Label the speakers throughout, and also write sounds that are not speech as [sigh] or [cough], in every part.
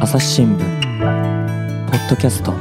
Speaker 1: 朝日新聞ポッドキャスト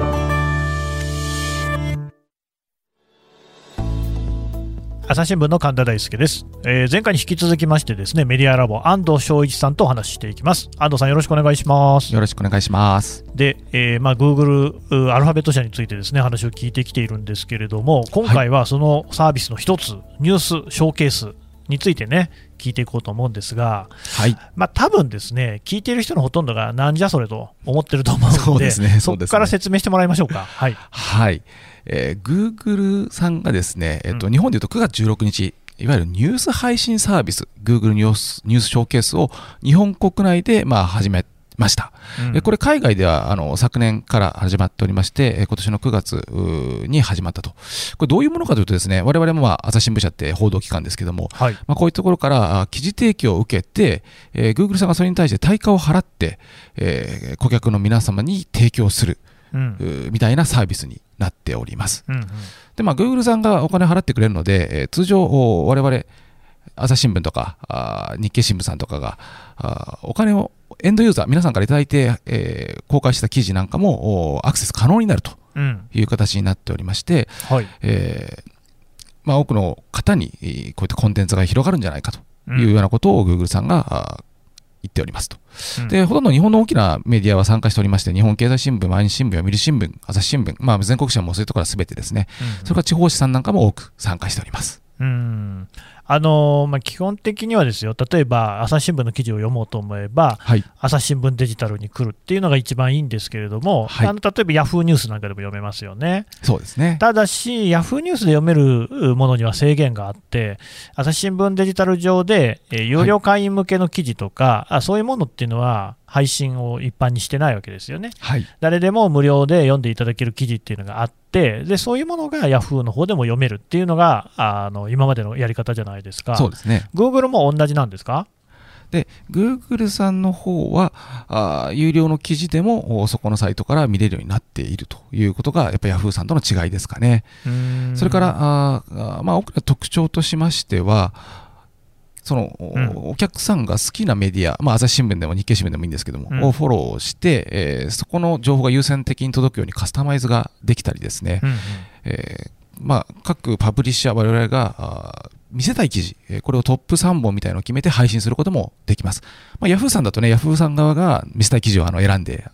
Speaker 2: 朝日新聞の神田大輔です、えー前回に引き続きましてですねメディアラボ安藤昭一さんとお話ししていきます安藤さんよろしくお願いします
Speaker 3: よろしくお願いします。
Speaker 2: で、えーまあ、Google うアルファベット社についてですね話を聞いてきているんですけれども今回はそのサービスの一つ、ニュースショーケースについてね聞いていこうと思うんですが、
Speaker 3: はい。
Speaker 2: まあ多分ですね、聞いている人のほとんどが、なんじゃそれと思ってると思うので、
Speaker 3: [laughs] そうですね
Speaker 2: そ
Speaker 3: そ
Speaker 2: こ
Speaker 3: うですね
Speaker 2: から説明してもらいましょうか。はい、
Speaker 3: はい。えー、Google さんがですね、えっ、と、
Speaker 2: うん
Speaker 3: 日本でいうと9月16日、いわゆるニュース配信サービス、Google ニュースニュースショーケースを日本国内で、まあ、始めました。
Speaker 2: うん
Speaker 3: [laughs] えこれ、海外では、あの、昨年から始まっておりまして、えー今年の9月うーに始まったと。これ、どういうものかというとですね、我々も、まあ、朝日新聞社って報道機関ですけども、
Speaker 2: はい、
Speaker 3: まあ、こういうところからあ記事提供を受けて、えー Google さんがそれに対して対価を払って、えー顧客の皆様に提供する
Speaker 2: うん
Speaker 3: うーみたいなサービスになっております。
Speaker 2: うんうん
Speaker 3: で、まあ、Google さんがお金払ってくれるので、えー通常、お我々、朝日新聞とか、あー日経新聞さんとかが、あーお金をエンドユーザー、皆さんからいただいて、えー公開した記事なんかもおアクセス可能になると
Speaker 2: うん、
Speaker 3: いう形になっておりまして、
Speaker 2: はい、
Speaker 3: えーまあ、多くの方にえーこういったコンテンツが広がるんじゃないかと
Speaker 2: うん
Speaker 3: いうようなことを Google さんがあー言っておりますと。
Speaker 2: うん
Speaker 3: で、ほとんど日本の大きなメディアは参加しておりまして、日本経済新聞、毎日新聞、読売新聞、朝日新聞、まあ、全国社もそういうところはすべてですね、
Speaker 2: うん
Speaker 3: それから地方紙さんなんかも多く参加しております。
Speaker 2: うんあのーまあ、基本的にはですよ、例えば朝日新聞の記事を読もうと思えば、
Speaker 3: はい。
Speaker 2: 朝日新聞デジタルに来るっていうのが一番いいんですけれども、
Speaker 3: はい
Speaker 2: あの例えばヤフーニュースなんかでも読めますよね。
Speaker 3: そうですね。
Speaker 2: ただし、ヤフーニュースで読めるものには制限があって、朝日新聞デジタル上で、えー有料会員向けの記事とか、あ、そういうものっていうのは、配信を一般にしてないわけですよね。
Speaker 3: はい。
Speaker 2: 誰でも無料で読んでいただける記事っていうのがあって、でそういうものがヤフーの方でも読めるっていうのが、ああの今までのやり方じゃないですか。
Speaker 3: そうですね。
Speaker 2: Google も同じなんですか
Speaker 3: で、Google さんの方は、あー有料の記事でも、おそこのサイトから見れるようになっているということが、やっぱり Yahoo さんとの違いですかね。それか、ら、あーあーまあ、大きな特徴としましては、そのお
Speaker 2: うん
Speaker 3: お客さんが好きなメディア、まあ、朝日新聞でも日経新聞でもいいんですけども、
Speaker 2: うん
Speaker 3: をフォローして、えーそこの情報が優先的に届くようにカスタマイズができたりですね、
Speaker 2: うんうん
Speaker 3: えーまあ、各パブリッシャー、我々があー見せたい記事、えーこれをトップ3本みたいのを決めて配信することもできます。まあ、Yahoo さんだとね、Yahoo さん側が見せたい記事をあの選んで、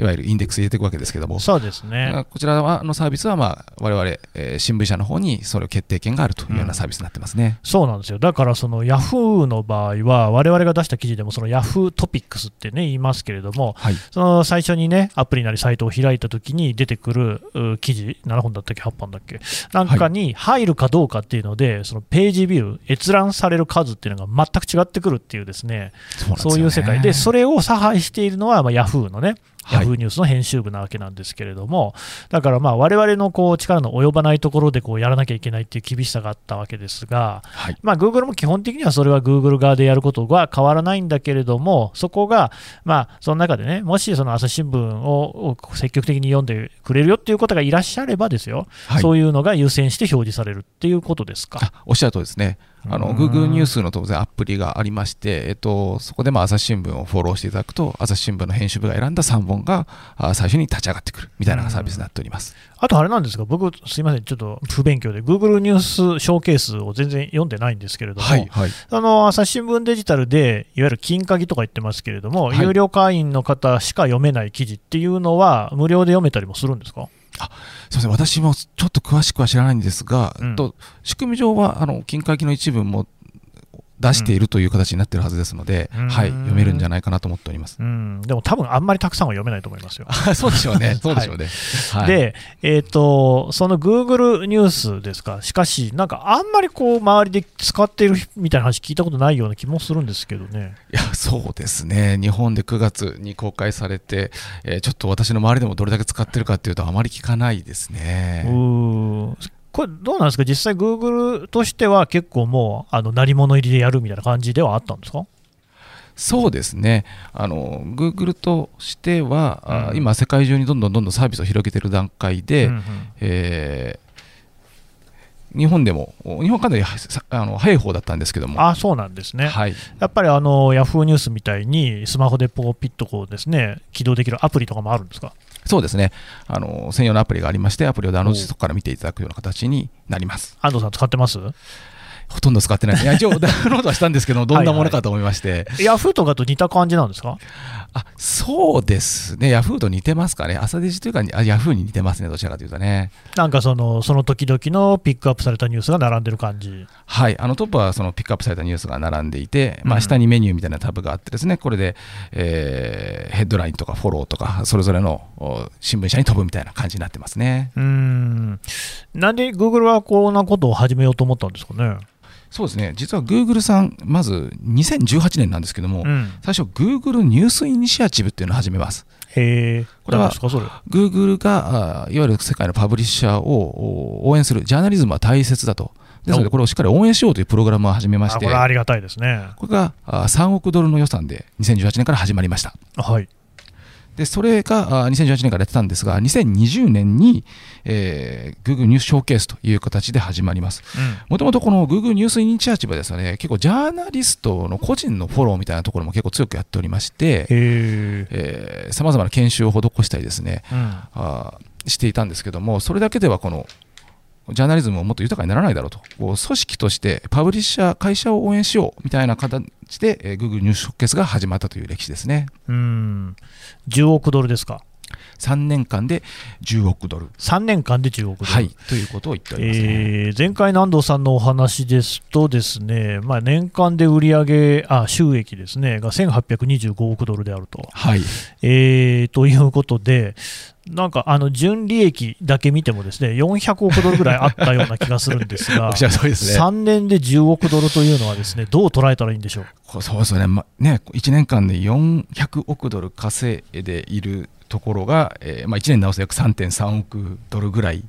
Speaker 3: いわゆるインデックス入れていくわけですけども、
Speaker 2: そうですね。
Speaker 3: あこちらはあのサービスは、まあ、我々、えー新聞社の方にそれを決定権があるというようなサービスになってますね。
Speaker 2: そうなんですよ。だからそのヤフーの場合は、我々が出した記事でもそのヤフートピックスってね、言いますけれども、
Speaker 3: はい。
Speaker 2: その最初にね、アプリなりサイトを開いたときに出てくるうー記事、7本だったっけ、8本だっけ、なんかに入るかどうかっていうので、そのページビュー、閲覧される数っていうのが全く違ってくるっていうですね、
Speaker 3: そうなんですよね
Speaker 2: そういう世界で、それを差配しているのは、まあ、ヤフーのね、
Speaker 3: はい
Speaker 2: ヤフーニュースの編集部なわけなんですけれども、だからまあ、我々のこう力の及ばないところでこうやらなきゃいけないっていう厳しさがあったわけですが、
Speaker 3: はい。
Speaker 2: まあ、Google も基本的にはそれは Google 側でやることは変わらないんだけれども、そこが、まあ、その中でね、もしその朝日新聞をを積極的に読んでくれるよっていう方がいらっしゃればですよ、
Speaker 3: はい
Speaker 2: そういうのが優先して表示されるっていうことですか。
Speaker 3: あおっしゃるとりですね。あ
Speaker 2: う
Speaker 3: の、
Speaker 2: ん
Speaker 3: Google ニュースの当然アプリがありまして、えっと、そこでまあ朝日新聞をフォローしていただくと、朝日新聞の編集部が選んだ3本があ最初に立ち上がってくるみたいなサービスになっております。
Speaker 2: あとあれなんですが、僕、すいません、ちょっと不勉強で、Google ニュースショーケースを全然読んでないんですけれども、
Speaker 3: はい。はい。
Speaker 2: あの朝日新聞デジタルで、いわゆる金鍵とか言ってますけれども、
Speaker 3: はい
Speaker 2: 有料会員の方しか読めない記事っていうのは、無料で読めたりもするんですか
Speaker 3: すみません、私もちょっと詳しくは知らないんですが、
Speaker 2: うん
Speaker 3: えっと仕組み上はあの金塊の一部も出しているという形になっているはずですので、
Speaker 2: うん
Speaker 3: はい、読めるんじゃないかなと思っております。
Speaker 2: うん、でも多分あんまりたくさんは読めないと思いますよ。
Speaker 3: あ [laughs] そうでしょうね、そうでしょうね。はい、
Speaker 2: で、えっ、と、その Google ニュースですか、しかし、なんかあんまりこう、周りで使っているみたいな話聞いたことないような気もするんですけどね。
Speaker 3: いや、そうですね、日本で9月に公開されて、えーちょっと私の周りでもどれだけ使ってるかというと、あまり聞かないです
Speaker 2: う
Speaker 3: ね。
Speaker 2: ーん。これどうなんですか実際 Google としては結構もう、あの、鳴り物入りでやるみたいな感じではあったんですか
Speaker 3: そうですね、あの Google としては、あ
Speaker 2: うん
Speaker 3: 今、世界中にどんどんどんどんサービスを広げている段階で、
Speaker 2: うんうん
Speaker 3: えー日本でも、日本かなりさあの早い方だったんですけども、
Speaker 2: あそうなんですね、
Speaker 3: はい、
Speaker 2: やっぱりあのヤフーニュースみたいに、スマホでポピッとこうですね起動できるアプリとかもあるんですか
Speaker 3: そうですねあの、専用のアプリがありまして、アプリをダウンロードして、そこから見ていただくような形になります。
Speaker 2: 安藤さん、使ってます
Speaker 3: ほとんど使ってないです。いや一応、ダウンロードはしたんですけど、どんなものかと思いまして、
Speaker 2: ヤフーとかと似た感じなんですか
Speaker 3: あそうですね、ヤフーと似てますかね、朝デジというか、あヤフーに似てますね、どちらかというとね。
Speaker 2: なんかそのその時々のピックアップされたニュースが並んでる感じ。
Speaker 3: はい、あのトップはそのピックアップされたニュースが並んでいて、ま
Speaker 2: う
Speaker 3: あ、
Speaker 2: ん
Speaker 3: 下にメニューみたいなタブがあってですね、これで、えーヘッドラインとかフォローとか、それぞれのお新聞社に飛ぶみたいな感じになってますね。
Speaker 2: うーんなんで Google はこんなことを始めようと思ったんですかね。
Speaker 3: そうですね、実は Google さん、まず2018年なんですけども、
Speaker 2: うん、
Speaker 3: 最初、Google ニュースイニシアチブっていうのを始めます。
Speaker 2: へえ、
Speaker 3: これは
Speaker 2: 何ですか、それ。
Speaker 3: Google があいわゆる世界のパブリッシャーをお応援する、ジャーナリズムは大切だと。ですので、これをしっかり応援しようというプログラムを始めま
Speaker 2: あ
Speaker 3: して、
Speaker 2: これはありがたいですね。
Speaker 3: これがあ3億ドルの予算で2018年から始まりました。
Speaker 2: はい。
Speaker 3: でそれがあ2018年からやってたんですが、2020年に、えー Google ニュースショーケースという形で始まります。もともとこの Google ニュースイニシアチブはですね、結構ジャーナリストの個人のフォローみたいなところも結構強くやっておりまして、
Speaker 2: へえ。
Speaker 3: さまざまな研修を施したりですね、
Speaker 2: うん
Speaker 3: あーしていたんですけども、それだけではこのジャーナリズムをもっと豊かにならないだろうと、こう組織としてパブリッシャー、会社を応援しようみたいな形で、えー Google ニュースショーケースが始まったという歴史ですね。
Speaker 2: うん、10億ドルですか、
Speaker 3: 3年間で10億ドル。
Speaker 2: 3年間で10億ドル。
Speaker 3: はい、ということを言っておりますね。
Speaker 2: えー前回の安藤さんのお話ですとですね、まあ、年間で売上あ収益ですねが1825億ドルであると。
Speaker 3: はい、
Speaker 2: えーということで、なんかあの純利益だけ見てもですね400億ドルぐらいあったような気がするんです
Speaker 3: [laughs] お
Speaker 2: が
Speaker 3: っ。しゃる通りですね。
Speaker 2: 3年で10億ドルというのはですねどう捉えたらいいんでしょう
Speaker 3: こうそうですね,、ま、ね、1年間で400億ドル稼いでいるところが、えーまあ、1年直すと約3.3億ドルぐらい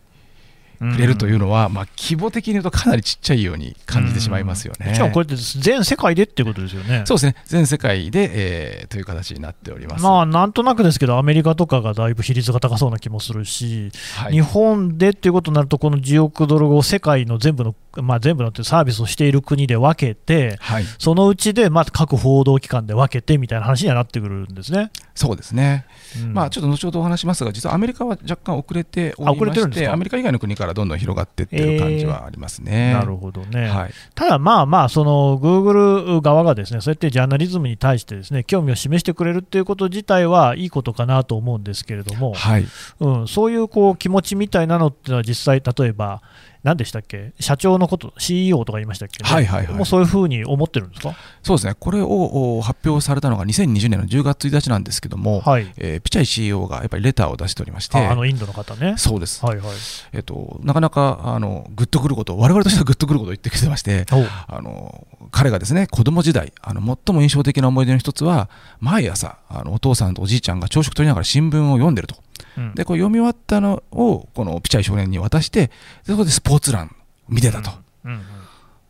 Speaker 2: うん
Speaker 3: くれるというのは、まあ、規模的に言うとかなりちっちゃいように感じてしまいますよ
Speaker 2: う
Speaker 3: ね。
Speaker 2: んしかもこれって全世界でっていうことですよね。
Speaker 3: そうですね、全世界で、えーという形になっております。
Speaker 2: まあなんとなくですけど、アメリカとかがだいぶ比率が高そうな気もするし、
Speaker 3: はい
Speaker 2: 日本でっていうことになると、この10億ドルを世界の全部の、まあ、全部のっていうサービスをしている国で分けて、
Speaker 3: はい、
Speaker 2: そのうちでまあ各報道機関で分けてみたいな話にはなってくるんですね。
Speaker 3: そうですね、
Speaker 2: うん
Speaker 3: まあ、ちょっと後ほどお話しますが、実はアメリカは若干遅れてお
Speaker 2: あ
Speaker 3: り
Speaker 2: 遅れ
Speaker 3: ま
Speaker 2: てるんで
Speaker 3: し
Speaker 2: す
Speaker 3: て、
Speaker 2: か
Speaker 3: アメリカ以外の国からどんどん広がっていってる感じはありますね。
Speaker 2: なるほどね、
Speaker 3: はい、
Speaker 2: ただまあまあ、その Google 側がですねそうやってジャーナリズムに対してですね興味を示してくれるっていうこと自体はいいことかなと思うんですけれども、
Speaker 3: はい、
Speaker 2: うん、そういうこう気持ちみたいなのってのは実際、例えば、何でしたっけ、社長のこと、CEO とか言いましたっけ、
Speaker 3: はいはいはい
Speaker 2: もうそういうふうに思ってるんですか、
Speaker 3: そうですね、これをお発表されたのが2020年の10月1日なんですけども、
Speaker 2: はい、
Speaker 3: えーピチャイ CEO がやっぱりレターを出しておりまして、
Speaker 2: ああのインドの方ね。
Speaker 3: そうです、
Speaker 2: はいはい、
Speaker 3: えっとなかなかあのグッとくること、我々としてはグッとくることを言ってきてまして、
Speaker 2: お
Speaker 3: あの彼がですね子供時代あの、最も印象的な思い出の一つは、毎朝あの、お父さんとおじいちゃんが朝食取りながら新聞を読んでると、
Speaker 2: うん
Speaker 3: でこう読み終わったのをこのピチャイ少年に渡して、でそこでスポーツ欄見てたと。
Speaker 2: うんうん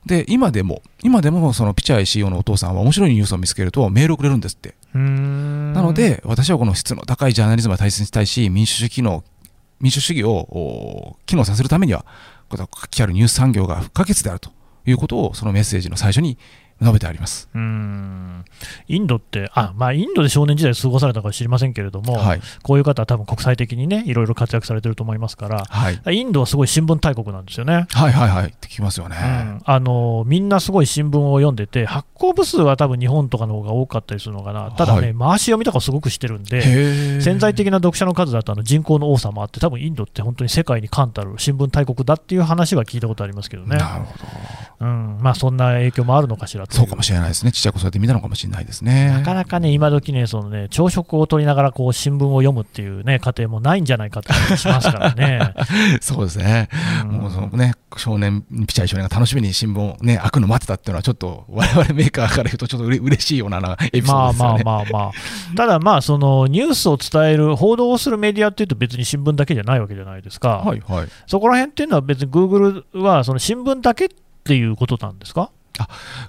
Speaker 3: で今でも、今でもそのピチャイ CEO のお父さんは面白いニュースを見つけるとメールをくれるんですって、
Speaker 2: うーん
Speaker 3: なの、で、私はこの質の高いジャーナリズムを大切にしたいし、民主主義機能民主主義をお機能させるためには、この活気あるニュース産業が不可欠であるということを、そのメッセージの最初に述べてあります。
Speaker 2: うんインドって、あまあ、インドで少年時代過ごされたかは知りませんけれども、
Speaker 3: はい、
Speaker 2: こういう方は多分国際的にね、いろいろ活躍されてると思いますから、
Speaker 3: はい、
Speaker 2: インドはすごい新聞大国なんですよね。
Speaker 3: はい、はい、はいって聞きますよね。
Speaker 2: うんあのみんなすごい新聞を読んでて、発行部数は多分日本とかの方が多かったりするのかな、ただね、
Speaker 3: はい
Speaker 2: 回し読みとかすごくしてるんで、
Speaker 3: へー
Speaker 2: 潜在的な読者の数だとあの人口の多さもあって、多分インドって本当に世界に冠たる新聞大国だっていう話は聞いたことありますけどね、
Speaker 3: なるほど、
Speaker 2: うんまあ、そんな影響もあるのかしらとい
Speaker 3: そうかもしれないですね、ちっちゃい子そうやって見たのかもしれないですね。
Speaker 2: なかなかね、今時ね、そのね、朝食を取りながらこう新聞を読むっていうね、家庭もないんじゃないかって気がしますから
Speaker 3: [laughs]
Speaker 2: ね。
Speaker 3: [laughs] そうですね、
Speaker 2: うん
Speaker 3: もうそのね、少年、ピチャイ少年が楽しみに新聞を、ね、開くの待ってたっていうのは、ちょっと [laughs] 我々メーカーから言うと、ちょっとうれ嬉しいようななエピソ
Speaker 2: ま
Speaker 3: ード
Speaker 2: あ
Speaker 3: です
Speaker 2: ま
Speaker 3: よ
Speaker 2: あ
Speaker 3: ね。
Speaker 2: まあまあ、ただまあ、そのニュースを伝える、報道をするメディアっていうと、別に新聞だけじゃないわけじゃないですか、
Speaker 3: はいはい、
Speaker 2: そこら辺っていうのは、別に Google はその新聞だけっていうことなんですか、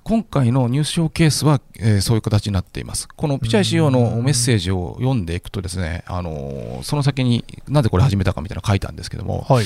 Speaker 3: 今回の入賞ケースは、えーそういう形になっています。このピチャイ CO のメッセージを読んでいくとですね、あのーその先になぜこれ始めたかみたいなの書いたんですけども、
Speaker 2: はい。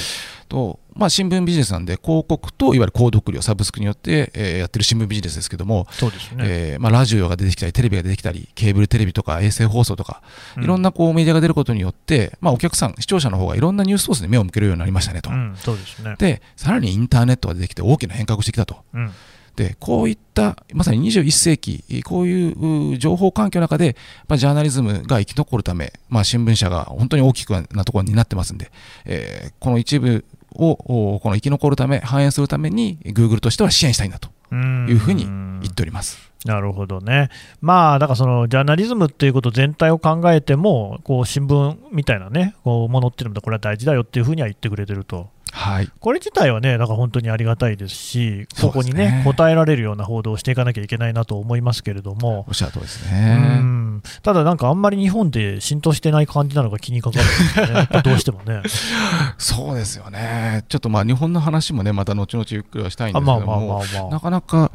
Speaker 3: とまあ、新聞ビジネスなんで広告といわゆる購読料サブスクによって、えーやってる新聞ビジネスですけども、
Speaker 2: そうですね。
Speaker 3: えーまあ、ラジオが出てきたりテレビが出てきたりケーブルテレビとか衛星放送とかいろん
Speaker 2: な、
Speaker 3: なこうメディアが出ることによって、まあ、お客さん視聴者の方がいろんなニュースソースに目を向けるようになりましたねと。
Speaker 2: うん、そうですね。
Speaker 3: でさらにインターネットが出てきて大きな変革をしてきたと。
Speaker 2: うん。
Speaker 3: でこういったまさに21世紀こういうう情報環境の中で、まあ、ジャーナリズムが生き残るため、まあ、新聞社が本当に大きくなところになってますんで、えーこの一部をおこの生き残るため反映するために Google としては支援したいんだと
Speaker 2: うん
Speaker 3: いうふうに言っております。
Speaker 2: なるほどね、まあ、だからそのジャーナリズムっていうこと全体を考えても、こう新聞みたいなね、こうものっていうのも、これは大事だよっていうふうには言ってくれてると、
Speaker 3: はい
Speaker 2: これ自体はね、だから本当にありがたいですし、
Speaker 3: そ
Speaker 2: こ
Speaker 3: うで
Speaker 2: こ
Speaker 3: すね
Speaker 2: にね、答えられるような報道をしていかなきゃいけないなと思いますけれども
Speaker 3: お。っしゃる通りです
Speaker 2: う
Speaker 3: ね。
Speaker 2: んただ、なんかあんまり日本で浸透してない感じなのが気にかかるんです
Speaker 3: [laughs]
Speaker 2: よね、やっぱどうしてもね。
Speaker 3: そうですよね。ちょっとまあ日本の話もね、また後々ゆっくりはしたいんで
Speaker 2: あ
Speaker 3: すけ
Speaker 2: まあ
Speaker 3: ど
Speaker 2: まあ
Speaker 3: も、
Speaker 2: まあま
Speaker 3: なかなか、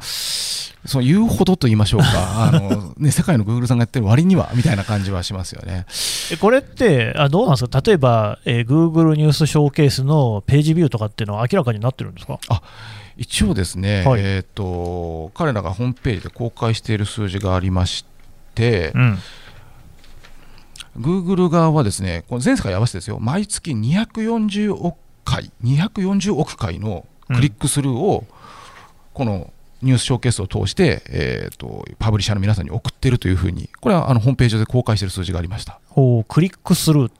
Speaker 3: その言うほどと言いましょ
Speaker 2: [laughs]
Speaker 3: うか、あのね、世界の Google さんがやってる割には、みたいな感じはしますよね。
Speaker 2: あ、これってあ、どうなんですか、例えば、えー Google ニュースショーケースのページビューとかっていうのは明らかになってるんですか
Speaker 3: 一応ですね、
Speaker 2: はい
Speaker 3: えー、と彼らがホームページで公開している数字がありまして、
Speaker 2: ん、
Speaker 3: Google 側はですね、この全世界合わせてですよ、毎月240億回、240億回のクリックスルーを、このニュースショーケースを通して、えーと、パブリッシャーの皆さんに送っているというふうに、これはあのホームページ上で公開している数字がありました。
Speaker 2: ほうクリックスルー、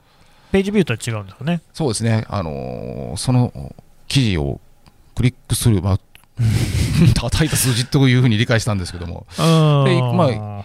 Speaker 2: ページビューとは違うんですよね。
Speaker 3: そうですね、あのーその記事をクリックする、 [laughs] まあ、叩いた数字というふうに理解したんですけども、
Speaker 2: うー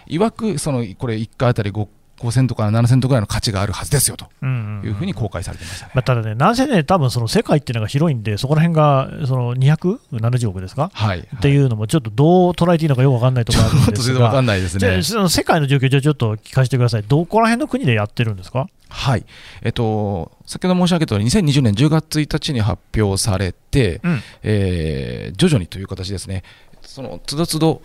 Speaker 2: ん
Speaker 3: でいわくそのこれ、1回あたり5 5セントから7セントぐらいの価値があるはずですよと
Speaker 2: うん
Speaker 3: いうふうに
Speaker 2: ま
Speaker 3: 公開されてましたね。
Speaker 2: あ、ただね、なんせね、多分その世界っていうのが広いんで、そこら辺がその270億ですか、
Speaker 3: はい、はい
Speaker 2: っていうのも、ちょっとどう捉えていいのかよくわかんないところがあるん
Speaker 3: ちょっ
Speaker 2: で
Speaker 3: と全
Speaker 2: す
Speaker 3: 然わか
Speaker 2: が。
Speaker 3: んないです
Speaker 2: じゃ
Speaker 3: ね
Speaker 2: あ。その世界の状況、じゃあちょっと聞かせてください、どこら辺の国でやってるんですか、
Speaker 3: はい。えっと、先ほど申し上げたように、2020年10月1日に発表されて、
Speaker 2: うん
Speaker 3: えー徐々にという形ですね、そのつどつど、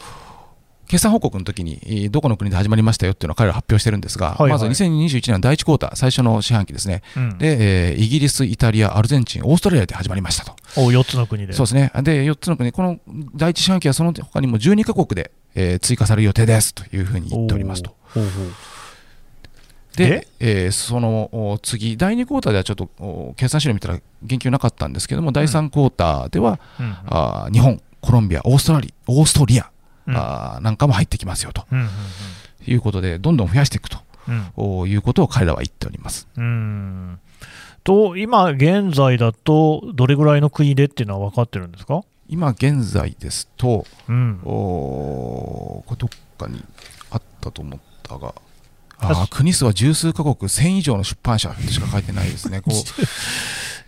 Speaker 3: 決算報告の時に、えーどこの国で始まりましたよっていうのを彼ら発表してるんですが、
Speaker 2: はいはい
Speaker 3: まず2021年第1クォーター、最初の四半期ですね、
Speaker 2: うん、
Speaker 3: で、えーイギリス、イタリア、アルゼンチン、オーストラリアで始まりましたと、
Speaker 2: お4つの国で。
Speaker 3: そうですね、で、4つの国、この第1四半期はその他にも12カ国で、えー追加される予定ですというふうに言っておりますと。
Speaker 2: ほうほう
Speaker 3: で、えーそのお次、第2クォーターではちょっとお決算資料見たら言及なかったんですけども、第3クォーターでは、
Speaker 2: うん
Speaker 3: あー日本、コロンビア、オーストラリア、オーストリア、
Speaker 2: うん
Speaker 3: あーなんかも入ってきますよと
Speaker 2: うんうん
Speaker 3: いうことで、どんどん増やしていくと
Speaker 2: うんうん
Speaker 3: おいうことを彼らは言っております。
Speaker 2: うんと、今現在だと、どれぐらいの国でっていうのは分かってるんですか、
Speaker 3: 今現在ですと、
Speaker 2: うん、
Speaker 3: おこれどっかにあったと思ったが、
Speaker 2: 確
Speaker 3: あー国数は十数カ国、1000以上の出版社しか書いてないですね。こう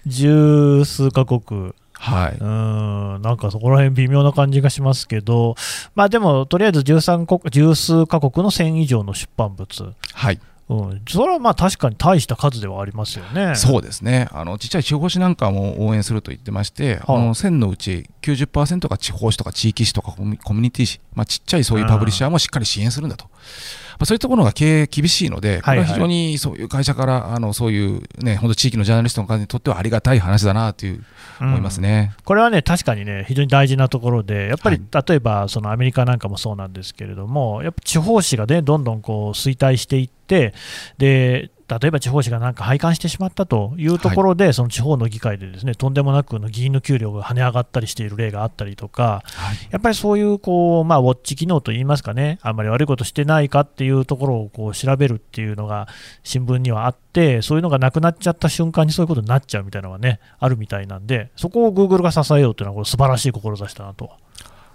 Speaker 2: 十数カ国、
Speaker 3: [laughs] はいう
Speaker 2: ーんなんかそこら辺微妙な感じがしますけど、まあでも、とりあえず13国十数カ国の1000以上の出版物、
Speaker 3: はい
Speaker 2: うん、それはまあ確かに大した数ではありますよね。
Speaker 3: そうですね、あのちっちゃい地方紙なんかも応援すると言ってまして、あ
Speaker 2: はい
Speaker 3: の1000のうち90%が地方紙とか地域紙とかコミコミュニティ紙、まあ、ちっちゃいそういうパブリッシャーもしっかり支援するんだと、まあ、そういうところが経営厳しいので、これは非常にそういう会社から、あのそういう、ね、本当、地域のジャーナリストの方にとってはありがたい話だなという
Speaker 2: うん
Speaker 3: 思いますね。
Speaker 2: これはね、確かにね、非常に大事なところで、やっぱり、例えばそのアメリカなんかもそうなんですけれども、やっぱ地方紙がね、どんどんこう衰退していって、で例えば地方紙がなんか廃刊してしまったというところで、その地方の議会でですねとんでもなくの議員の給料が跳ね上がったりしている例があったりとか、
Speaker 3: はい
Speaker 2: やっぱりそういうこう、まあ、ウォッチ機能といいますかね、あんまり悪いことしてないかっていうところをこう調べるっていうのが新聞にはあって、そういうのがなくなっちゃった瞬間にそういうことになっちゃうみたいなのはね、あるみたいなんで、そこを Google が支えようというのは、これ素晴らしい志だなと。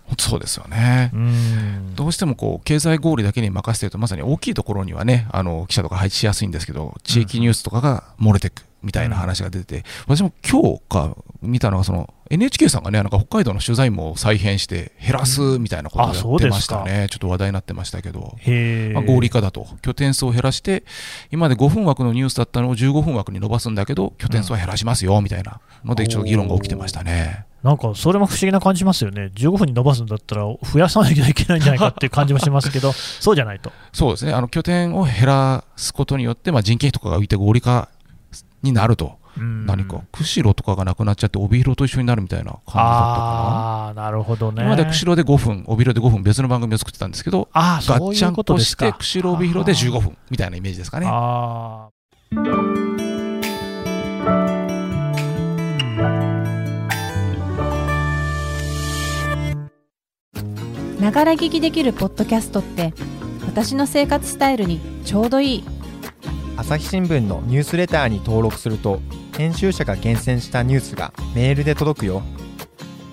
Speaker 3: 本当そうですよね
Speaker 2: うん
Speaker 3: どうしてもこう経済合理だけに任せてると、まさに大きいところにはね、あの記者とか配置しやすいんですけど、地域ニュースとかが漏れてくみたいな話が出て、私も今日か見たのがその、NHK さんがね、なんか北海道の取材も再編して、減らすみたいなことを
Speaker 2: あ
Speaker 3: や
Speaker 2: そ
Speaker 3: っ
Speaker 2: う
Speaker 3: て
Speaker 2: ですか
Speaker 3: ましたね、ちょっと話題になってましたけど。
Speaker 2: へえ
Speaker 3: まあ、合理化だと拠点数を減らして今まで5分枠のニュースだったのを15分枠に伸ばすんだけど拠点数は減らしますよみたいなのでちょっと議論が起きてましたね、
Speaker 2: なんかそれも不思議な感じしますよね、15分に伸ばすんだったら増やさなきゃいけないんじゃないかっていう感じもしますけ
Speaker 3: [laughs]
Speaker 2: ど、そうじゃないと。
Speaker 3: そうですね、あの拠点を減らすことによって、まあ、人件費とかが浮いて合理化になると、
Speaker 2: うん
Speaker 3: 何か釧路とかがなくなっちゃって、帯広と一緒になるみたいな感じだったか
Speaker 2: ああー、なるほど
Speaker 3: な。
Speaker 2: ね。
Speaker 3: 今までは釧路で5分、帯広で5分、別の番組を作ってたんですけど、
Speaker 2: ああ、
Speaker 3: ガ
Speaker 2: そ
Speaker 3: ッ
Speaker 2: う
Speaker 3: チ
Speaker 2: い
Speaker 3: ャ
Speaker 2: う
Speaker 3: ン
Speaker 2: こと
Speaker 3: と
Speaker 2: で
Speaker 3: し
Speaker 2: す
Speaker 3: て
Speaker 2: か。
Speaker 3: 釧路帯広で15分みたいなイメージですかね。
Speaker 2: あ
Speaker 4: ながら聞きできるポッドキャストって私の生活スタイルにちょうどいい
Speaker 5: 朝日新聞のニュースレターに登録すると編集者が厳選したニュースがメールで届くよ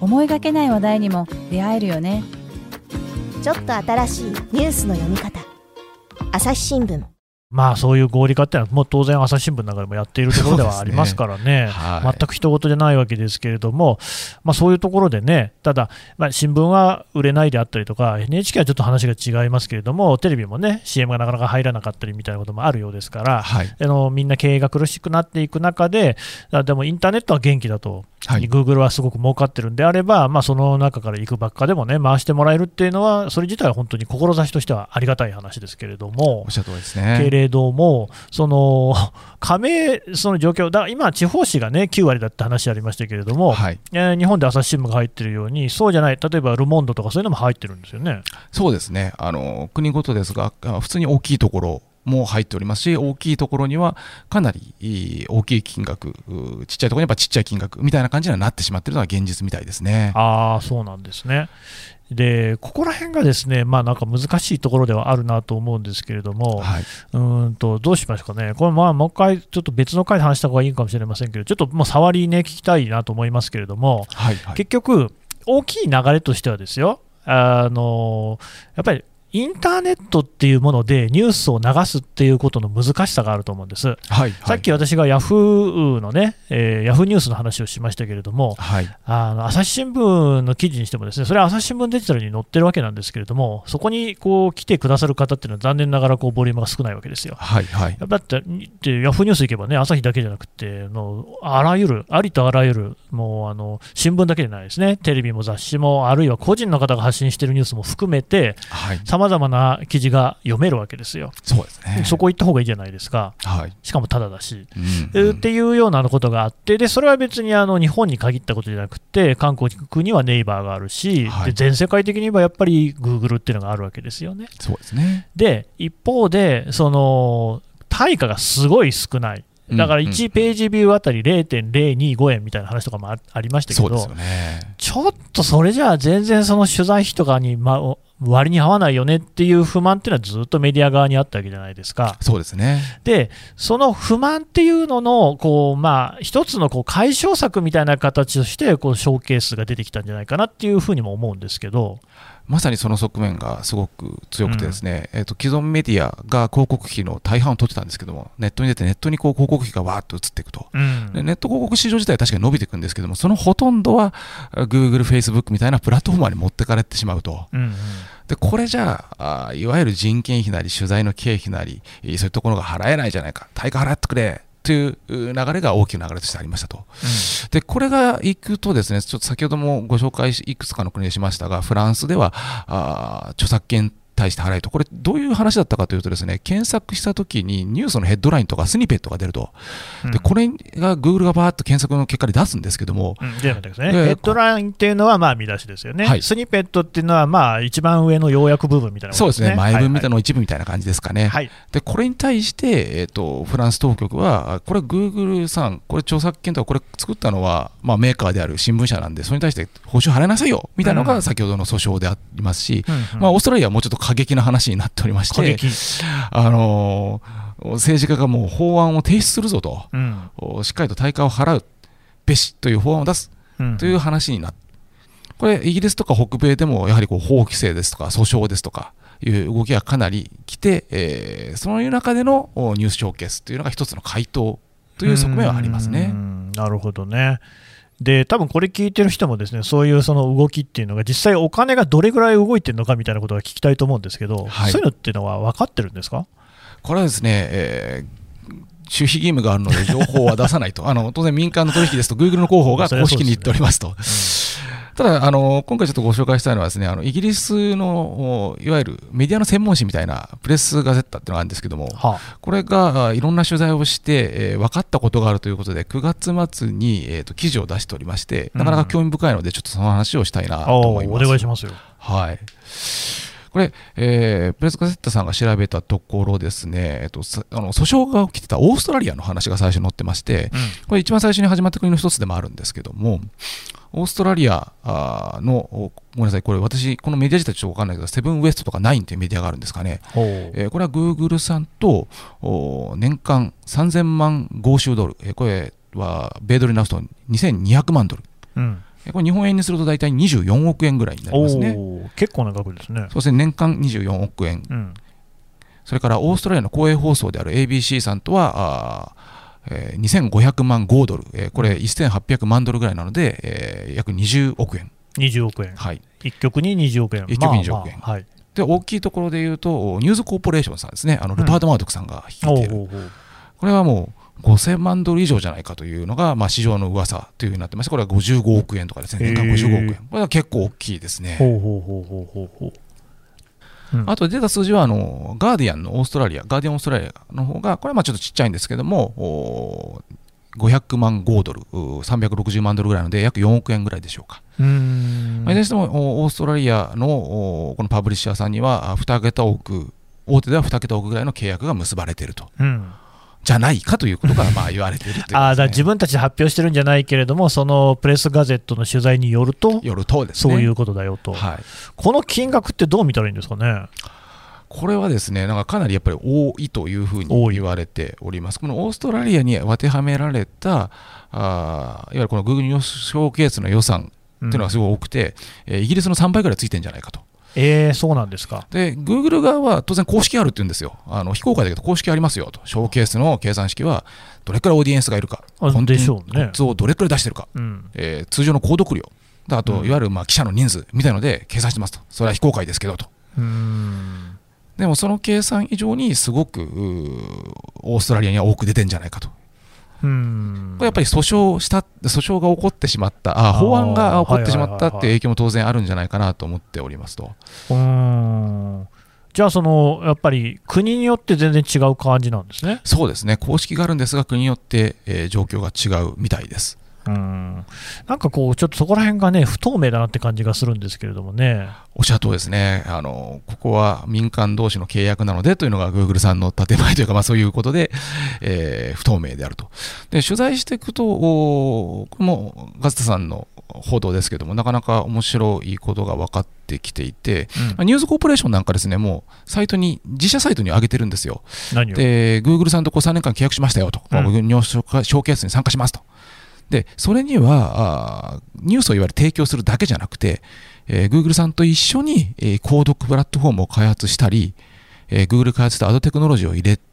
Speaker 4: 思いがけない話題にも出会えるよね
Speaker 6: ちょっと新しいニュースの読み方朝日新聞
Speaker 2: ーまあ、そういう合理化ってのは、もう当然、朝日新聞の中でもやっているところではありますからね。
Speaker 3: はい
Speaker 2: 全く人事じゃないわけですけれども、まあ、そういうところでね、ただ、まあ、新聞は売れないであったりとか、NHK はちょっと話が違いますけれども、テレビもね、CM がなかなか入らなかったりみたいなこともあるようですから、
Speaker 3: はい
Speaker 2: あのみんな経営が苦しくなっていく中で、あでもインターネットは元気だと、
Speaker 3: はい
Speaker 2: Google はすごく儲かってるんであれば、まあ、その中からいくばっかでもね、回してもらえるっていうのは、それ自体は本当に志としてはありがたい話ですけれども
Speaker 3: おっ。しゃる通りです
Speaker 2: け
Speaker 3: ね。
Speaker 2: れども、その [laughs] 加盟、その状況、だから今、地方紙が、ね、9割だって話ありましたけれども、
Speaker 3: はい、
Speaker 2: えー日本で朝日新聞が入ってるように、そうじゃない、例えばルモンドとかそういうのも入ってるんですよね。
Speaker 3: そうですねあの国ごとですが、あ普通に大きいところも入っておりますし、大きいところにはかなりいい大きい金額、うちっちゃいところにはやっぱちっちゃい金額みたいな感じにはなってしまっているのが現実みたいですね。
Speaker 2: ああ、そうなんですね。で、ここら辺がですね、まあなんか難しいところではあるなと思うんですけれども、
Speaker 3: はい、
Speaker 2: うーんと、どうしましょうかね、これ、まあ、もう一回、ちょっと別の回で話した方がいいかもしれませんけど、ちょっともう触りね、聞きたいなと思いますけれども、
Speaker 3: はい、はい、
Speaker 2: 結局、大きい流れとしてはですよ、あのやっぱりインターネットっていうものでニュースを流すっていうことの難しさがあると思うんです。
Speaker 3: はい、はい
Speaker 2: さっき私がヤフーのね、えーヤフーニュースの話をしましたけれども、
Speaker 3: はい、
Speaker 2: あの朝日新聞の記事にしても、ですねそれは朝日新聞デジタルに載ってるわけなんですけれども、そこにこう来てくださる方っていうのは、残念ながらこうボリュームが少ないわけですよ。
Speaker 3: はい、はい、
Speaker 2: だって、でヤフーニュース行けばね、朝日だけじゃなくて、もうあらゆる、ありとあらゆる、もうあの新聞だけじゃないですね、テレビも雑誌も、あるいは個人の方が発信してるニュースも含めて、
Speaker 3: はい、
Speaker 2: さまざまな記事が読めるわけですよ。
Speaker 3: そうですね。
Speaker 2: そこ行った方がいいじゃないですか、
Speaker 3: はい、
Speaker 2: しかもタダだし。
Speaker 3: うん
Speaker 2: えーっていうようなことがあって、でそれは別にあの日本に限ったことじゃなくて、韓国にはネイバーがあるし、
Speaker 3: はい
Speaker 2: で全世界的に言えばやっぱりグーグルっていうのがあるわけですよね。
Speaker 3: そうですね。
Speaker 2: で、一方で、その対価がすごい少ない、だから1ページビューあたり0.025円みたいな話とかもあありましたけ
Speaker 3: そうで
Speaker 2: ど
Speaker 3: すよ、ね。
Speaker 2: ちょっとそれじゃあ、全然その取材費とかに、ま、割に合わないよねっていう不満っていうのはずっとメディア側にあったわけじゃないですか。
Speaker 3: そうですね。
Speaker 2: で、その不満っていうのの、こう、まあ、一つのこう解消策みたいな形として、こう、ショーケースが出てきたんじゃないかなっていうふうにも思うんですけど、
Speaker 3: まさにその側面がすごく強くてですね、えっと既存メディアが広告費の大半を取ってたんですけども、ネットに出てネットにこう広告費がわーっと移っていくと。でネット広告市場自体は確かに伸びていくんですけども、そのほとんどはあ Google、Facebook みたいなプラットフォーマーに持ってかれてしまうと。
Speaker 2: うんうん
Speaker 3: で、これじゃあ、あいわゆる人件費なり、取材の経費なり、えーそういうところが払えないじゃないか、対価払ってくれというう流れが大きな流れとしてありましたと。で、これが行くとですね、ちょっと先ほどもご紹介しいくつかの国でしましたが、フランスでは、あー著作権対して払えと、これ、どういう話だったかというとですね、検索したときにニュースのヘッドラインとかスニペットが出ると、
Speaker 2: うん
Speaker 3: でこれが Google がバーっと検索の結果で出すんですけども、
Speaker 2: うんじゃあ待ってください
Speaker 3: え
Speaker 2: ね
Speaker 3: ー
Speaker 2: ヘッドラインっていうのはまあ見出しですよね、
Speaker 3: はい
Speaker 2: スニペットっていうのはまあ一番上の要約部分みたいなも
Speaker 3: そ
Speaker 2: の
Speaker 3: うですね、前文みたいなの一部みたいな感じですかね。
Speaker 2: はいはい
Speaker 3: でこれに対して、えー、とフランス当局は、あこれ、グーグルさん、これ、著作権とか、これ作ったのは、まあ、メーカーである新聞社なんで、それに対して報酬払いなさいよみたいなの
Speaker 2: う
Speaker 3: が
Speaker 2: ん
Speaker 3: 先ほどの訴訟でありますし、
Speaker 2: はいうんうん
Speaker 3: まあ、オーストラリアはもうちょっと過激な話になっておりまし
Speaker 2: 過
Speaker 3: て、
Speaker 2: 激、
Speaker 3: あのー政治家がもう法案を提出するぞと、
Speaker 2: うん
Speaker 3: おしっかりと対価を払うべしという法案を出す
Speaker 2: うん
Speaker 3: という話になって、これ、イギリスとか北米でも、やはりこう法規制ですとか、訴訟ですとかいう動きがかなり来て、えー、その中でのおニュースショーケースというのが一つの回答という側面はあります
Speaker 2: う
Speaker 3: ね。
Speaker 2: んなるほどね。で多分これ聞いてる人もですねそういうその動きっていうのが実際お金がどれぐらい動いてるのかみたいなことが聞きたいと思うんですけど、
Speaker 3: はい
Speaker 2: そういうのっていうのは分かってるんですか
Speaker 3: これはですね、えー守秘義務があるので、情報は出さな
Speaker 2: [laughs]
Speaker 3: いと、あの当然、民間の取引ですと、グーグルの広報が公式に言っておりますと。ただあの、今回ちょっとご紹介したいのはです、ね、あのイギリスのおいわゆるメディアの専門誌みたいなプレスガゼッタっていうのがあるんですけども、
Speaker 2: は
Speaker 3: これがあいろんな取材をして、えー分かったことがあるということで、9月末に、えー、と記事を出しておりまして、なかなか興味深いので、ちょっとその話をしたいな
Speaker 2: あ
Speaker 3: と
Speaker 2: あ
Speaker 3: 思い
Speaker 2: お
Speaker 3: ます。
Speaker 2: 願いしますよ。
Speaker 3: はい。これ、えープレスカセッタさんが調べたところですね、えっと、さあの訴訟が起きてたオーストラリアの話が最初に載ってまして、これ一番最初に始まった国の一つでもあるんですけども、オーストラリアあーの、おごめんなさい、これ私、このメディア自体ちょっとわかんないけど、セブンウエストとかナインというメディアがあるんですかね。
Speaker 2: ほう
Speaker 3: えーこれは Google さんとお年間3000万豪州ドル、えーこれは米ドルに直すと2200万ドル、
Speaker 2: うん
Speaker 3: えーこれ日本円にすると大体24億円ぐらいになり
Speaker 2: お
Speaker 3: ますね。
Speaker 2: ー結構な額ですね。
Speaker 3: そうですね、年間24億円、
Speaker 2: うん
Speaker 3: それからオーストラリアの公営放送である ABC さんとは、あーえー2500万豪ドル、えーこれ1800万ドルぐらいなので、えー約20億円、
Speaker 2: 20億円、
Speaker 3: はい、
Speaker 2: 1曲に20億円、
Speaker 3: 一曲に20
Speaker 2: まあ
Speaker 3: 億円
Speaker 2: まあはい、
Speaker 3: で大きいところで言うと、ニューズコーポレーションさんですね、あのルパート・マードックさんが率いている、
Speaker 2: おうおうおう
Speaker 3: これはもう5000万ドル以上じゃないかというのが、まあ、市場の噂というふうになってまして、これは55億円とかですね、年間55億
Speaker 2: へ
Speaker 3: 円、これは結構大きいですね。
Speaker 2: ほうほうほうほうほうほう。うん
Speaker 3: あと出た数字はあの、ガーディアンのオーストラリア、ガーディアンオーストラリアの方が、これはまあちょっとちっちゃいんですけども、おー500万豪ドル、うー360万ドルぐらいなので、約4億円ぐらいでしょうか。
Speaker 2: うーん
Speaker 3: まあいずれにしても、おーオーストラリアのおーこのパブリッシャーさんには、2桁億、大手では2桁億ぐらいの契約が結ばれていると、
Speaker 2: うん
Speaker 3: じゃないかということがまあ言われているということですね、
Speaker 2: あーだから自分たちで発表してるんじゃないけれども、そのプレスガゼットの取材によると、
Speaker 3: よるとです
Speaker 2: そ
Speaker 3: ね。
Speaker 2: ういうことだよと、
Speaker 3: はい、
Speaker 2: この金額ってどう見たらいいんですかね、
Speaker 3: これはですね、なんかかなりやっぱり多いというふうに
Speaker 2: 多い
Speaker 3: 言われております。このオーストラリアに当てはめられた、あーいわゆるこの Google のショーケースの予算っていうのがすごい多くて、えーイギリスの3倍ぐらいついてんじゃないかと。
Speaker 2: えー、そうなんですか、
Speaker 3: で、Google 側は当然公式あるって言うんですよ。あの非公開だけど公式ありますよと。ショーケースの計算式はどれくらいオーディエンスがいるか、
Speaker 2: あ
Speaker 3: コンテ
Speaker 2: で
Speaker 3: ン
Speaker 2: しょうね
Speaker 3: ツをどれくらい出してるか、
Speaker 2: うん、
Speaker 3: えー通常の購読料、であと、いわゆるまあ記者の人数みたいので計算してますと。それは非公開ですけどと。
Speaker 2: うーん
Speaker 3: でもその計算以上にすごくうーオーストラリアには多く出てんじゃないかと、こ
Speaker 2: うーん
Speaker 3: れやっぱり訴訟した訴訟が起こってしまった、あ
Speaker 2: あー
Speaker 3: 法案が起こってしまった
Speaker 2: はいはいはいはい
Speaker 3: っていう影響も当然あるんじゃないかなと思っておりますと、
Speaker 2: うーんじゃあ、そのやっぱり国によって全然違う感じなんですね。
Speaker 3: そうですね、公式があるんですが、国によって、えー状況が違うみたいです。
Speaker 2: うんなんかこう、ちょっとそこら辺がね、不透明だなって感じがするんですけれどもね、
Speaker 3: おっしゃるとりですねあの、ここは民間同士の契約なのでというのが Google さんの建前というか、まあ、そういうことで、えー不透明であると。で、取材していくと、おーこれもガズタさんの報道ですけども、なかなか面白いことが分かってきていて、まあニュースコーポレーションなんかですね、もうサイトに、自社サイトに上げてるんですよ。
Speaker 2: 何を。
Speaker 3: で、Google さんとこう3年間契約しましたよと、
Speaker 2: うん
Speaker 3: まあ僕にショーケースに参加しますと。で、それには、あーニュースをいわゆる提供するだけじゃなくて、えー Google さんと一緒に、えー、購読プラットフォームを開発したり、えー Google 開発したアドテクノロジーを入れて、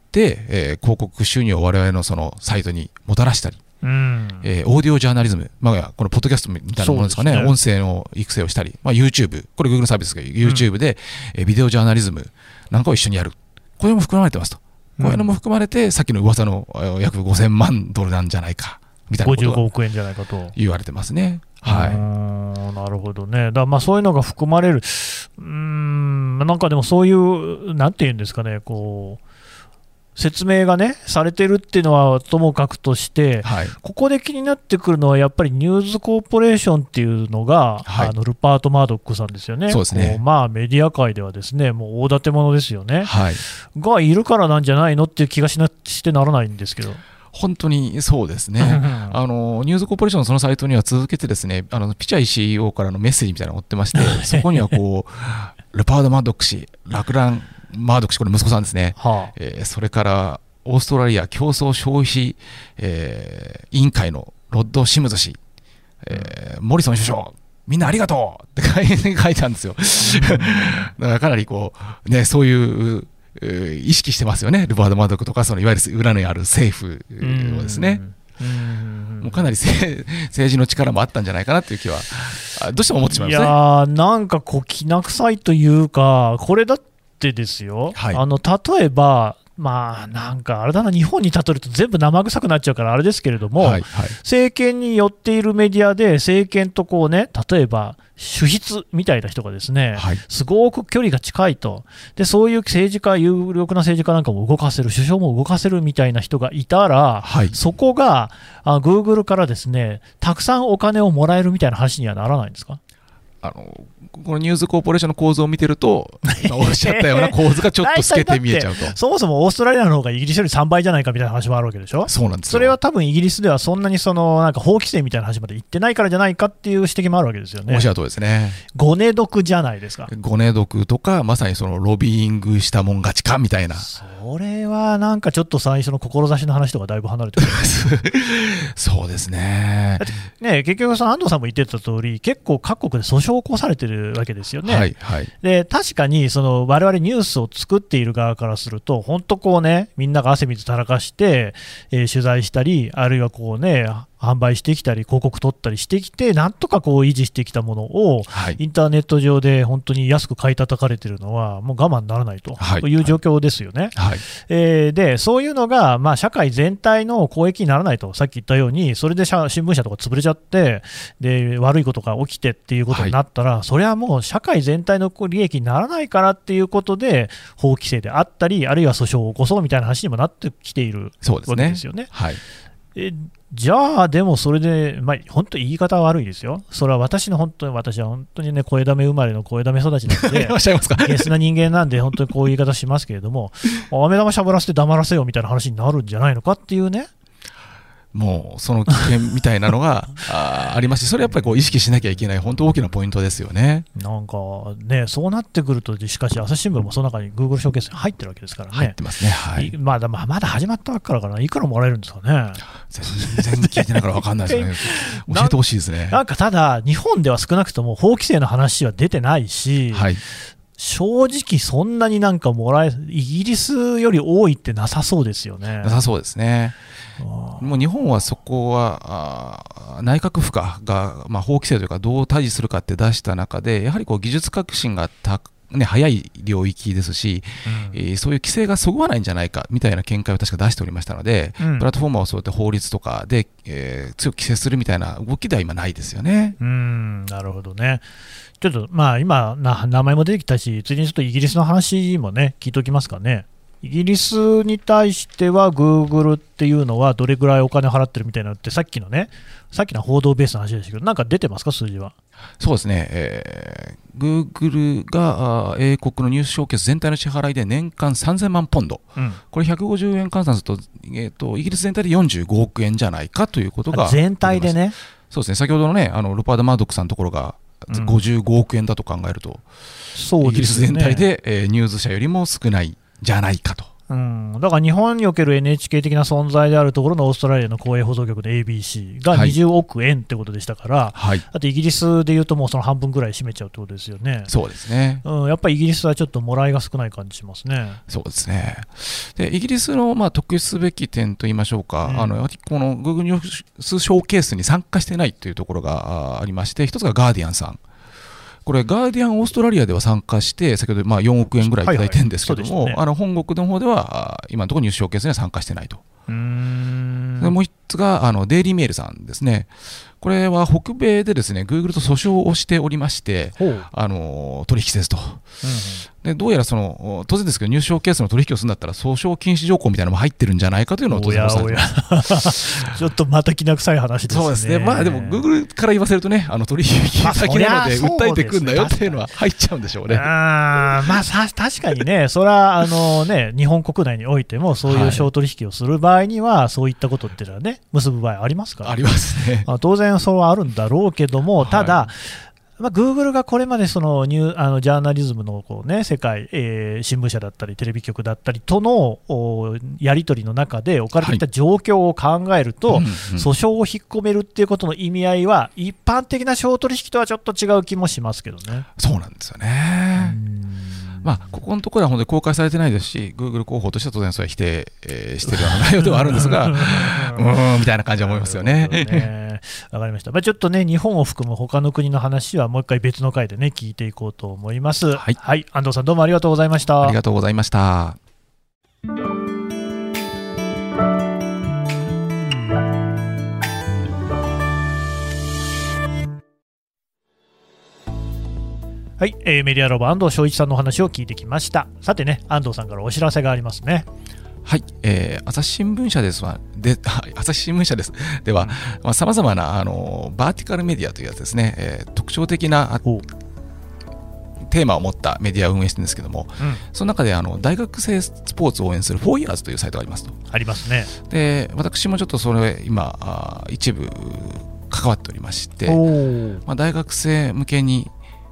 Speaker 3: えー広告収入を我々のそのサイトにもたらしたり、
Speaker 2: うん
Speaker 3: えーオーディオジャーナリズム、まあ、このポッドキャストみたいなものですかね、
Speaker 2: そうで
Speaker 3: 音声の育成をしたり、まあ、YouTube、これ Google サービスが YouTube で、えービデオジャーナリズムなんかを一緒にやる。これも含まれてますと。こういうのも含まれて、さっきの噂のえー約5000万ドルなんじゃないか、みたいなこと
Speaker 2: 55
Speaker 3: が
Speaker 2: 億円じゃないかと。
Speaker 3: 言われてますね。は
Speaker 2: うー
Speaker 3: い。
Speaker 2: んなるほどね、だからまあそういうのが含まれる、うーん、なんかでもそういう、なんていうんですかね、こう説明がね、されてるっていうのはともかくとして、
Speaker 3: はい。
Speaker 2: ここで気になってくるのは、やっぱりニューズコーポレーションっていうのが、
Speaker 3: はい
Speaker 2: あのルパート・マードックさんですよね、
Speaker 3: そうですね
Speaker 2: こまあ、メディア界ではですねもう大立て者ですよね、
Speaker 3: はい。
Speaker 2: がいるからなんじゃないのっていう気がしなしてならないんですけど。
Speaker 3: 本当にそうですね。あの、ニュースコーポレーションのそのサイトには続けてですね、あの、ピチャイ CEO からのメッセージみたいなのが載ってまして、そこにはこう、ルパード・マードック氏、ラクラン・マードック氏、これ息子さんですね。
Speaker 2: はあ
Speaker 3: えーそれからオーストラリア競争消費、えー委員会のロッド・シムズ氏、えーモリソン首相、みんなありがとうって書い [laughs] 書いたんですよ。 [laughs] だからかなりこう、ね、そういう、えー意識してますよね、ルバート・マードックとか、そのいわゆる裏にある政府をですね。
Speaker 2: うんうん
Speaker 3: もうかなりせ政治の力もあったんじゃないかなっていう気は、あどうしても思ってしまい
Speaker 2: い
Speaker 3: ま
Speaker 2: や
Speaker 3: すね。
Speaker 2: ーなんかこう、きな臭いというか、これだってですよ、
Speaker 3: はい
Speaker 2: あの例えば、まあなんかあれだな、日本に例えると全部生臭くなっちゃうからあれですけれども、
Speaker 3: はいはい
Speaker 2: 政権に寄っているメディアで、政権とこうね、例えば主筆みたいな人がですね、
Speaker 3: はい
Speaker 2: すごく距離が近いと、でそういう政治家、有力な政治家なんかも動かせる、首相も動かせるみたいな人がいたら、
Speaker 3: はい
Speaker 2: そこがあ Google からですねたくさんお金をもらえるみたいな話にはならないんですか。
Speaker 3: あのこのニュースコーポレーションの構図を見てると、今 [laughs] おっしゃったような構図がちょっと透けて見えちゃうと
Speaker 2: そもそもオーストラリアの方がイギリスより3倍じゃないかみたいな話もあるわけでしょ
Speaker 3: [laughs] そうなんですよ
Speaker 2: それは多分イギリスではそんなにそのなんか法規制みたいな話まで行ってないからじゃないかっていう指摘もあるわけですよね
Speaker 3: おっしゃる通りですね。
Speaker 2: ごね毒じゃないですか
Speaker 3: ごね毒とか、まさにそのロビーイングしたもん勝ちかみたいな。 [laughs]
Speaker 2: それはなんかちょっと最初の志の話とかだいぶ離れてくる
Speaker 3: そうですね。
Speaker 2: ね結局その安藤さんも言ってた通り結構各国で訴訟を起こされてるわけですよね、
Speaker 3: はいはい。
Speaker 2: で確かにその我々ニュースを作っている側からすると、本当こうね、みんなが汗水垂らかして、えー取材したり、あるいはこうね、販売してきたり、広告取ったりしてきて、なんとかこう維持してきたものを、
Speaker 3: はい。
Speaker 2: インターネット上で本当に安く買い叩かれてるのは、もう我慢ならないと
Speaker 3: はい
Speaker 2: いう状況ですよね。
Speaker 3: はい。
Speaker 2: えーで、そういうのが、まあ、社会全体の公益にならないと、さっき言ったように、それで社新聞社とか潰れちゃってで、悪いことが起きてっていうことになったら、それはもう社会全体の利益にならないからっていうことで、法規制であったり、あるいは訴訟を起こそうみたいな話にもなってきている
Speaker 3: そうで
Speaker 2: わけ
Speaker 3: す
Speaker 2: で
Speaker 3: ね
Speaker 2: す。よね。
Speaker 3: はい。
Speaker 2: えじゃあ、でもそれで、まあ、本当、言い方は悪いですよ、それは私の本当に、私は本当にね、声だめ生まれの声だめ育ちなので
Speaker 3: い。らっしゃいますか
Speaker 2: ゲスな人間なんで、本当にこういう言い方しますけれども、
Speaker 3: [laughs]
Speaker 2: あ飴玉しゃぶらせて黙らせよみたいな話になるんじゃないのかっていうね、
Speaker 3: もう、その危険みたいなのが [laughs] あーありますし、それやっぱりこう意識しなきゃいけない、本当大きなポイントですよね。
Speaker 2: なんかね、そうなってくると、しかし、朝日新聞もその中に Google ショーケースに入ってるわけですから
Speaker 3: 入っ
Speaker 2: ね
Speaker 3: て、ますね。はい
Speaker 2: い。まだまあまだ始まったばっかだから、いくらもらえるんですかね。
Speaker 3: 全然聞いてないから分かん [laughs] ないですね。教えてほしいですね。
Speaker 2: なんかただ、日本では少なくとも法規制の話は出てないし、
Speaker 3: はい。
Speaker 2: 正直、そんなになんかもらえ、イギリスより多いってなさそうですよね
Speaker 3: な。さそうですね。
Speaker 2: あー
Speaker 3: もう日本はそこはあー内閣府かが、まあ、法規制というかどう対峙するかって出した中でやはりこう技術革新がた、ね、早い領域ですし、えーそういう規制がそぐわないんじゃないかみたいな見解を確か出しておりましたので、
Speaker 2: うん
Speaker 3: プラットフォーマーをそうやって法律とかで、えー強く規制するみたいな動きでは今ないですよね。
Speaker 2: うーんなるほどね。ちょっとまあ今な、名前も出てきたし、ついでにちょっとイギリスの話もね、聞いておきますかね。イギリスに対しては、グーグルっていうのはどれぐらいお金を払ってるみたいなのって、さっきのね、さっきの報道ベースの話でしたけど、なんか出てますか、数字は。
Speaker 3: そうですね、えー、Google があー英国のニュース証券全体の支払いで年間3000万ポンド、
Speaker 2: うん
Speaker 3: これ150円換算すると,、えー、と、イギリス全体で45億円じゃないかということが
Speaker 2: 全体でね、
Speaker 3: そうですね、先ほどのね、あのロパード・マードックさんのところが、
Speaker 2: うん
Speaker 3: 55億円だと考えると、
Speaker 2: そう
Speaker 3: イギ
Speaker 2: で
Speaker 3: リス
Speaker 2: すよ
Speaker 3: 全
Speaker 2: ね
Speaker 3: 体で、えーニュース社よりも少ないじゃないかと。
Speaker 2: うん、だから日本における NHK 的な存在であるところのオーストラリアの公営放送局の ABC が
Speaker 3: はい
Speaker 2: 20億円ってことでしたから、
Speaker 3: はい、
Speaker 2: だってイギリスでいうと、もうその半分ぐらい占めちゃうってことですよね。
Speaker 3: そうですね。
Speaker 2: うん、やっぱりイギリスはちょっともらいが少ない感じしますね。
Speaker 3: そうですね。で、イギリスの、まあ、特筆すべき点と言いましょうか、
Speaker 2: うん
Speaker 3: あの、やはりこの Google ニュースショーケースに参加してないというところがあありまして、一つがガーディアンさん。これ、ガーディアンオーストラリアでは参加して、先ほど、まあ、4億円ぐらいいただいてるんですけども、
Speaker 2: はいはいそうでしたね
Speaker 3: あの、本国の方では、あ今のところニュースショーケースには参加してないと。
Speaker 2: うー
Speaker 3: で
Speaker 2: ん。
Speaker 3: もう一つがあのデイリーメールさんですね、これは北米でですね Google と訴訟をしておりまして、
Speaker 2: ほう。うんうん
Speaker 3: あの取引せずとで、どうやらその当然ですけど、入賞ケースの取引をするんだったら、訴訟禁止条項みたいなのも入ってるんじゃないかというのを当
Speaker 2: お
Speaker 3: 然
Speaker 2: や
Speaker 3: お伝え
Speaker 2: お
Speaker 3: し
Speaker 2: や
Speaker 3: まし。
Speaker 2: [laughs] ちょっとまたきな臭い話で
Speaker 3: た
Speaker 2: すね。
Speaker 3: そうですね、まあでも、Google から言わせるとね、あの取引先なので、
Speaker 2: まあそりゃ
Speaker 3: 訴えてくんだよっていうのは入っちゃうんでしょうね。
Speaker 2: あーまあさ確かにね、 [laughs] それはあのね日本国内においても、そういう商取引をする場合には、そういったことっていうのはね、結ぶ場合ありますから
Speaker 3: ありますね。
Speaker 2: あ当然、そうはあるんだろうけども、
Speaker 3: はい
Speaker 2: ただ、まあ、Google がこれまでそのニューあのジャーナリズムのこう、ね、世界、えー新聞社だったり、テレビ局だったりとのおやり取りの中で置かれてきた状況を考えると、
Speaker 3: うんうん
Speaker 2: 訴訟を引っ込めるっていうことの意味合いは、一般的な商取引とはちょっと違う気もしますけどね。
Speaker 3: そうなんですよね。まあ、ここのところは本当に公開されてないですし、Google 広報としては当然それは否定、えーしてるような内容ではあるんで
Speaker 2: [laughs]
Speaker 3: すが、うーん、みたいな感じは思いますよ
Speaker 2: な
Speaker 3: ね。
Speaker 2: るほどねわかりました。まあ、ちょっとね、日本を含む他の国の話は、もう一回別の回でね、聞いていこうと思います。
Speaker 3: はい
Speaker 2: 安藤さん、どうもありがとうございました。
Speaker 3: ありがとうございました。
Speaker 6: 「
Speaker 2: はい、えーメディアロバー安藤翔一さんのお話を聞いてきましたさてね安藤さんからお知らせがありますね
Speaker 3: はい、えー朝日新聞社ですわで、 [laughs] はい朝日新聞社です。 [laughs] では、さまざ、まなあのバーティカルメディアというやつですね、えー特徴的なあ
Speaker 2: おう
Speaker 3: テーマを持ったメディアを運営してるんですけども、
Speaker 2: うん
Speaker 3: その中であの大学生スポーツを応援する 4years というサイトがありますと。
Speaker 2: ありますね
Speaker 3: で、私もちょっとそれ、今、あー一部関わっておりまして、
Speaker 2: おー
Speaker 3: まあ、大学生向けに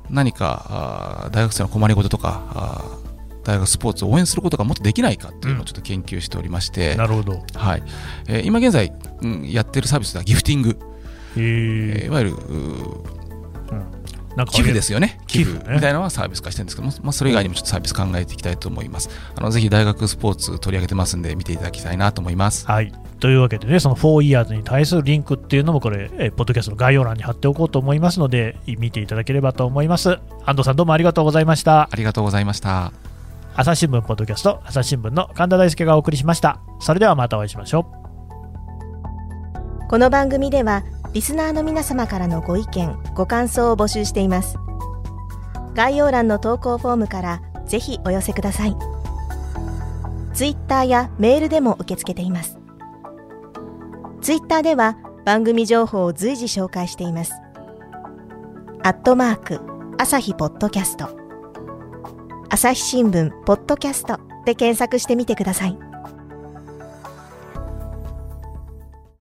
Speaker 3: 何かあー大学生の困りごととかあー大学スポーツを応援することがもっとできないかというのをちょっと研究しておりまして、
Speaker 2: なるほど
Speaker 3: はいえー今現在、うんやってるサービスではギフティング、
Speaker 2: へ
Speaker 3: えー
Speaker 2: え
Speaker 3: いわゆるうー
Speaker 2: なんかあげ
Speaker 3: 寄付
Speaker 2: る
Speaker 3: ですよね
Speaker 2: 寄
Speaker 3: 寄
Speaker 2: 付
Speaker 3: 付
Speaker 2: ね
Speaker 3: みたいなのはサービス化してるんですけども、まあ、それ以外にもちょっとサービス考えていきたいと思いますあのぜひ大学スポーツ取り上げてますんで見ていただきたいなと思います
Speaker 2: はい、というわけでね、その4 years に対するリンクっていうのも、これ、えーポッドキャストの概要欄に貼っておこうと思いますので、見ていただければと思います。安藤さん、どうもありがとうございました。
Speaker 3: ありがとうございました
Speaker 2: 朝日新聞ポッドキャスト、朝日新聞の神田大輔がお送りしました。それではまたお会いしましょう。
Speaker 6: この番組ではリスナーの皆様からのご意見ご感想を募集しています概要欄の投稿フォームからぜひお寄せくださいツイッターやメールでも受け付けていますツイッターでは番組情報を随時紹介していますアットマーク朝日ポッドキャスト朝日新聞ポッドキャストで検索してみてください